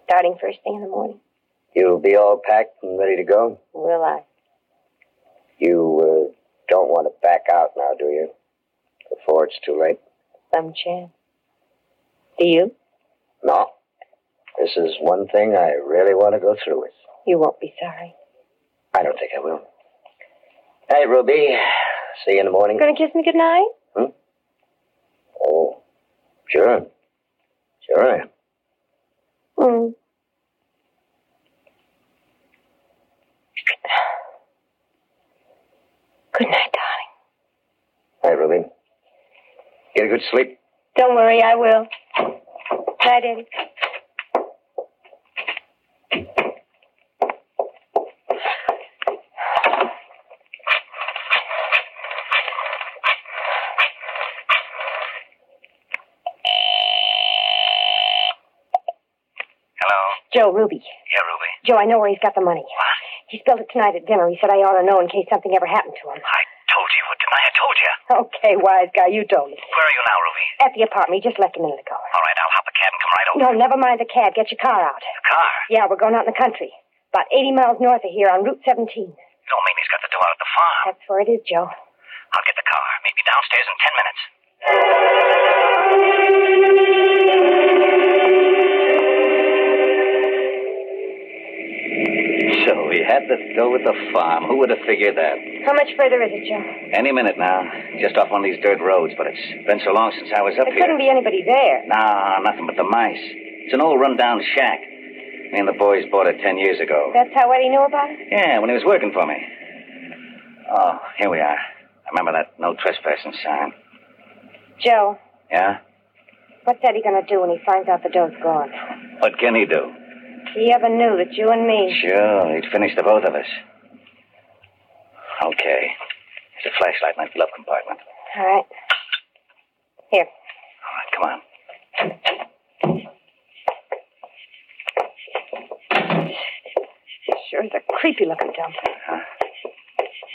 J: Starting first thing in the morning.
L: You'll be all packed and ready to go.
J: Will I?
L: You uh, don't want to back out now, do you? Before it's too late.
J: Some chance. Do you?
L: No. This is one thing I really want to go through with.
J: You won't be sorry.
L: I don't think I will. Hey, Ruby. See you in the morning.
J: Gonna kiss me goodnight?
L: Oh, sure. Sure I am.
J: Mm.
L: Good night, darling. Hey, Ruby. Get a good sleep.
J: Don't worry, I will. Night, Eddie.
N: Hello.
J: Joe Ruby.
N: Yeah, Ruby.
J: Joe, I know where he's got the money. What? He spilled it tonight at dinner. He said I ought to know in case something ever happened to him.
N: I told you what I had told you.
J: Okay, wise guy, you told me.
N: Where are you now, Ruby?
J: At the apartment. He just left a minute ago.
N: All right, I'll hop a cab and come right over.
J: No, never mind the cab. Get your car out.
N: Car.
J: Yeah, we're going out in the country. About 80 miles north of here on Route 17.
N: You don't mean he's got the deal out at the farm.
J: That's where it is, Joe.
N: I'll get the car. Meet me downstairs in ten minutes.
M: So we had to go with the farm. Who would have figured that?
J: How much further is it, Joe?
M: Any minute now. Just off one of these dirt roads, but it's been so long since I was up
J: There
M: here.
J: couldn't be anybody there.
M: Nah, nothing but the mice. It's an old rundown shack. Me and the boys bought it ten years ago.
J: That's how Eddie knew about it?
M: Yeah, when he was working for me. Oh, here we are. I remember that no trespassing sign.
J: Joe,
M: Yeah?
J: what's Eddie going to do when he finds out the dough has gone?
M: What can he do?
J: If he ever knew that you and me.
M: Sure, he'd finish the both of us. Okay. There's a flashlight in that glove compartment.
J: All right. Here.
M: All right, come on.
J: Sure is a creepy looking dump.
M: Uh-huh.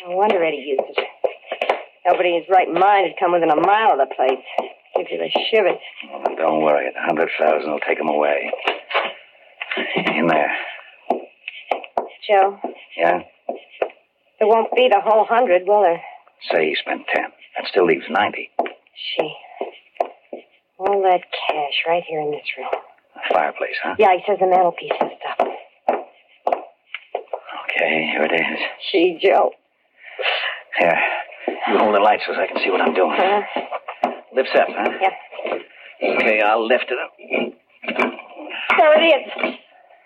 J: No wonder Eddie used it. Nobody in his right mind had come within a mile of the place. Gives you the shivers.
M: Don't worry, the hundred thousand will take him away. In there.
J: Joe,
M: Yeah?
J: there won't be the whole hundred, will there?
M: Say he spent ten. That still leaves ninety.
J: She. All that cash right here in this room.
M: A fireplace, huh?
J: Yeah, he says the mantelpiece and stuff.
M: Okay, here it is.
J: She, Joe.
M: Here. You hold the light so I can see what I'm doing.
J: Huh?
M: Lifts up, huh? Yeah. Okay, I'll lift it up.
J: There it is.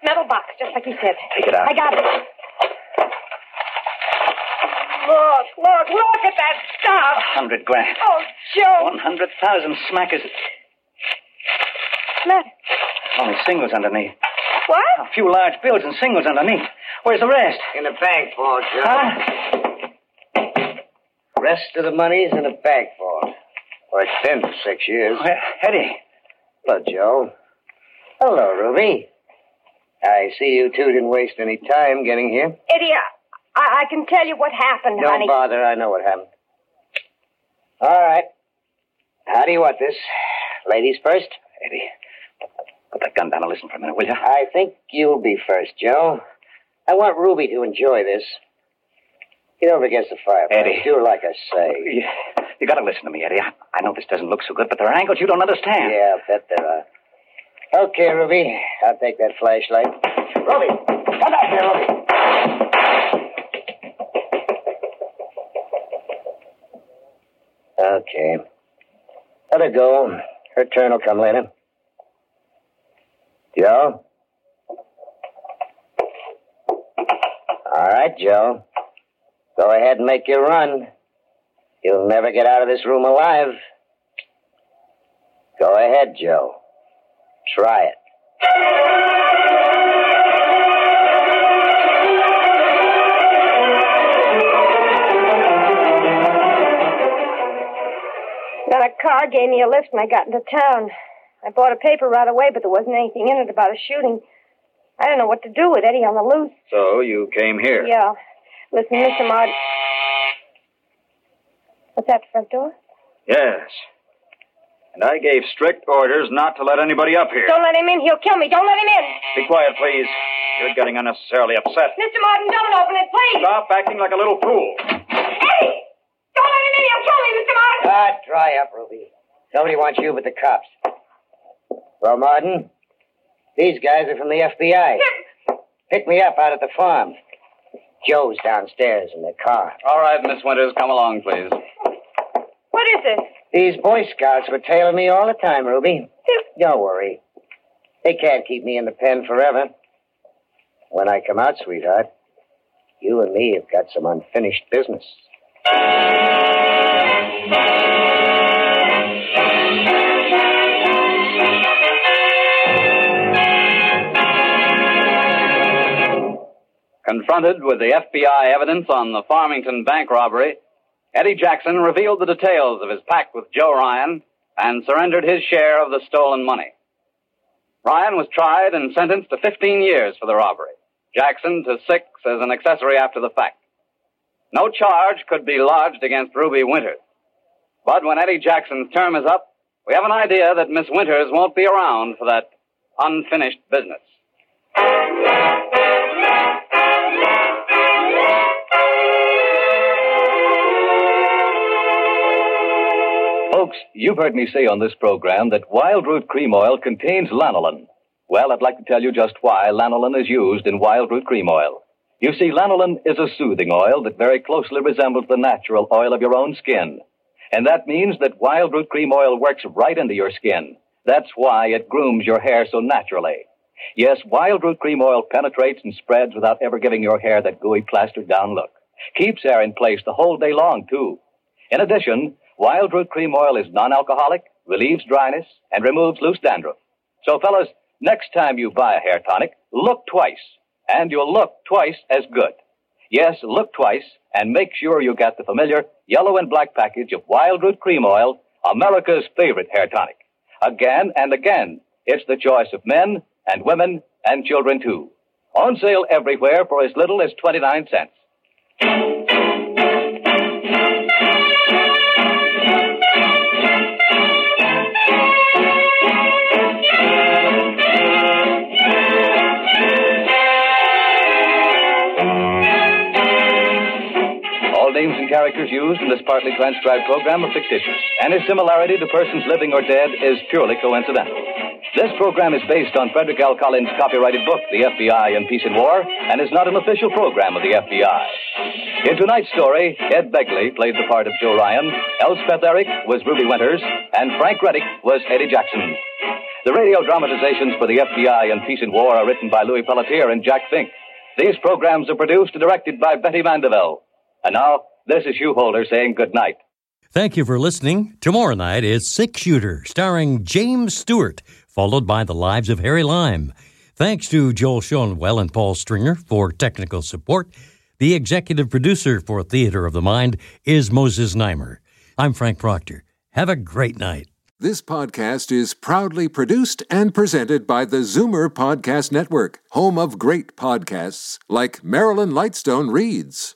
J: Metal box, just like you said.
M: Take it out.
J: I got it. Look, look, look at that stuff.
M: Hundred grand.
J: Oh, Joe.
M: One hundred thousand smackers.
J: Matt,
M: Only singles underneath.
J: what?
M: A few large bills and singles underneath. Where's the rest?
L: In a bank vault, Joe.
M: Huh?
L: Rest of the money's in a bank vault. Well, it's been for six years.
M: Eddie.
L: Hello, Joe. Hello, Ruby. I see you two didn't waste any time getting here.
J: Eddie, I, I can tell you what happened,
L: Don't
J: honey.
L: bother. I know what happened. All right. How do you want this? Ladies first?
M: Eddie, put that gun down and listen for a minute, will you?
L: I think you'll be first, Joe. I want Ruby to enjoy this. Get over against the fireplace.
M: Eddie.
L: Do like I say.
M: You, you gotta listen to me, Eddie. I, I know this doesn't look so good, but there are angles you don't understand.
L: Yeah, I bet there are. Okay, Ruby. I'll take that flashlight. Ruby! Come out here, Ruby! Okay. Let her go. Her turn will come later. Joe? All right, Joe. Go ahead and make your run. You'll never get out of this room alive. Go ahead, Joe. Try it.
J: Then a car gave me a lift and I got into town. I bought a paper right away, but there wasn't anything in it about a shooting. I don't know what to do with Eddie on the loose.
T: So you came here?
J: Yeah. Listen, Mr. Mart. What's that, front door?
I: Yes. And I gave strict orders not to let anybody up here.
J: Don't let him in. He'll kill me. Don't let him in.
I: Be quiet, please. You're getting unnecessarily upset.
J: Mr. Martin, don't open it, please.
I: Stop acting like a little fool.
J: Eddie! Don't let
G: me! He'll kill me, Mr. Martin!
L: Ah, dry up, Ruby. Nobody wants you but the cops. Well, Martin, these guys are from the FBI. Pick me up out at the farm. Joe's downstairs in the car.
Q: All right, Miss Winters, come along, please.
O: What is it?
L: These Boy Scouts were tailing me all the time, Ruby. Don't worry. They can't keep me in the pen forever. When I come out, sweetheart, you and me have got some unfinished business.
Q: Confronted with the FBI evidence on the Farmington bank robbery, Eddie Jackson revealed the details of his pact with Joe Ryan and surrendered his share of the stolen money. Ryan was tried and sentenced to 15 years for the robbery, Jackson to six as an accessory after the fact. No charge could be lodged against Ruby Winters. But when Eddie Jackson's term is up, we have an idea that Miss Winters won't be around for that unfinished business.
H: Folks, you've heard me say on this program that wild root cream oil contains lanolin. Well, I'd like to tell you just why lanolin is used in wild root cream oil. You see, lanolin is a soothing oil that very closely resembles the natural oil of your own skin. And that means that wild root cream oil works right into your skin. That's why it grooms your hair so naturally. Yes, wild root cream oil penetrates and spreads without ever giving your hair that gooey plastered down look. Keeps hair in place the whole day long, too. In addition, wild root cream oil is non-alcoholic, relieves dryness, and removes loose dandruff. So fellas, next time you buy a hair tonic, look twice, and you'll look twice as good. Yes, look twice, and make sure you get the familiar yellow and black package of wild root cream oil, America's favorite hair tonic. Again and again, it's the choice of men and women and children too. On sale everywhere for as little as 29 cents. All names and characters used in this partly transcribed program are fictitious. Any similarity to persons living or dead is purely coincidental. This program is based on Frederick L. Collins' copyrighted book, The FBI in Peace and War, and is not an official program of the FBI. In tonight's story, Ed Begley played the part of Joe Ryan, Elspeth Eric was Ruby Winters, and Frank Reddick was Eddie Jackson. The radio dramatizations for the FBI in Peace and War are written by Louis Pelletier and Jack Fink. These programs are produced and directed by Betty Mandeville. And now, this is Hugh Holder saying good night.
B: Thank you for listening. Tomorrow night is Six Shooter, starring James Stewart, followed by The Lives of Harry Lime. Thanks to Joel Schoenwell and Paul Stringer for technical support. The executive producer for Theater of the Mind is Moses Neimer. I'm Frank Proctor. Have a great night.
A: This podcast is proudly produced and presented by the Zoomer Podcast Network, home of great podcasts like Marilyn Lightstone Reads,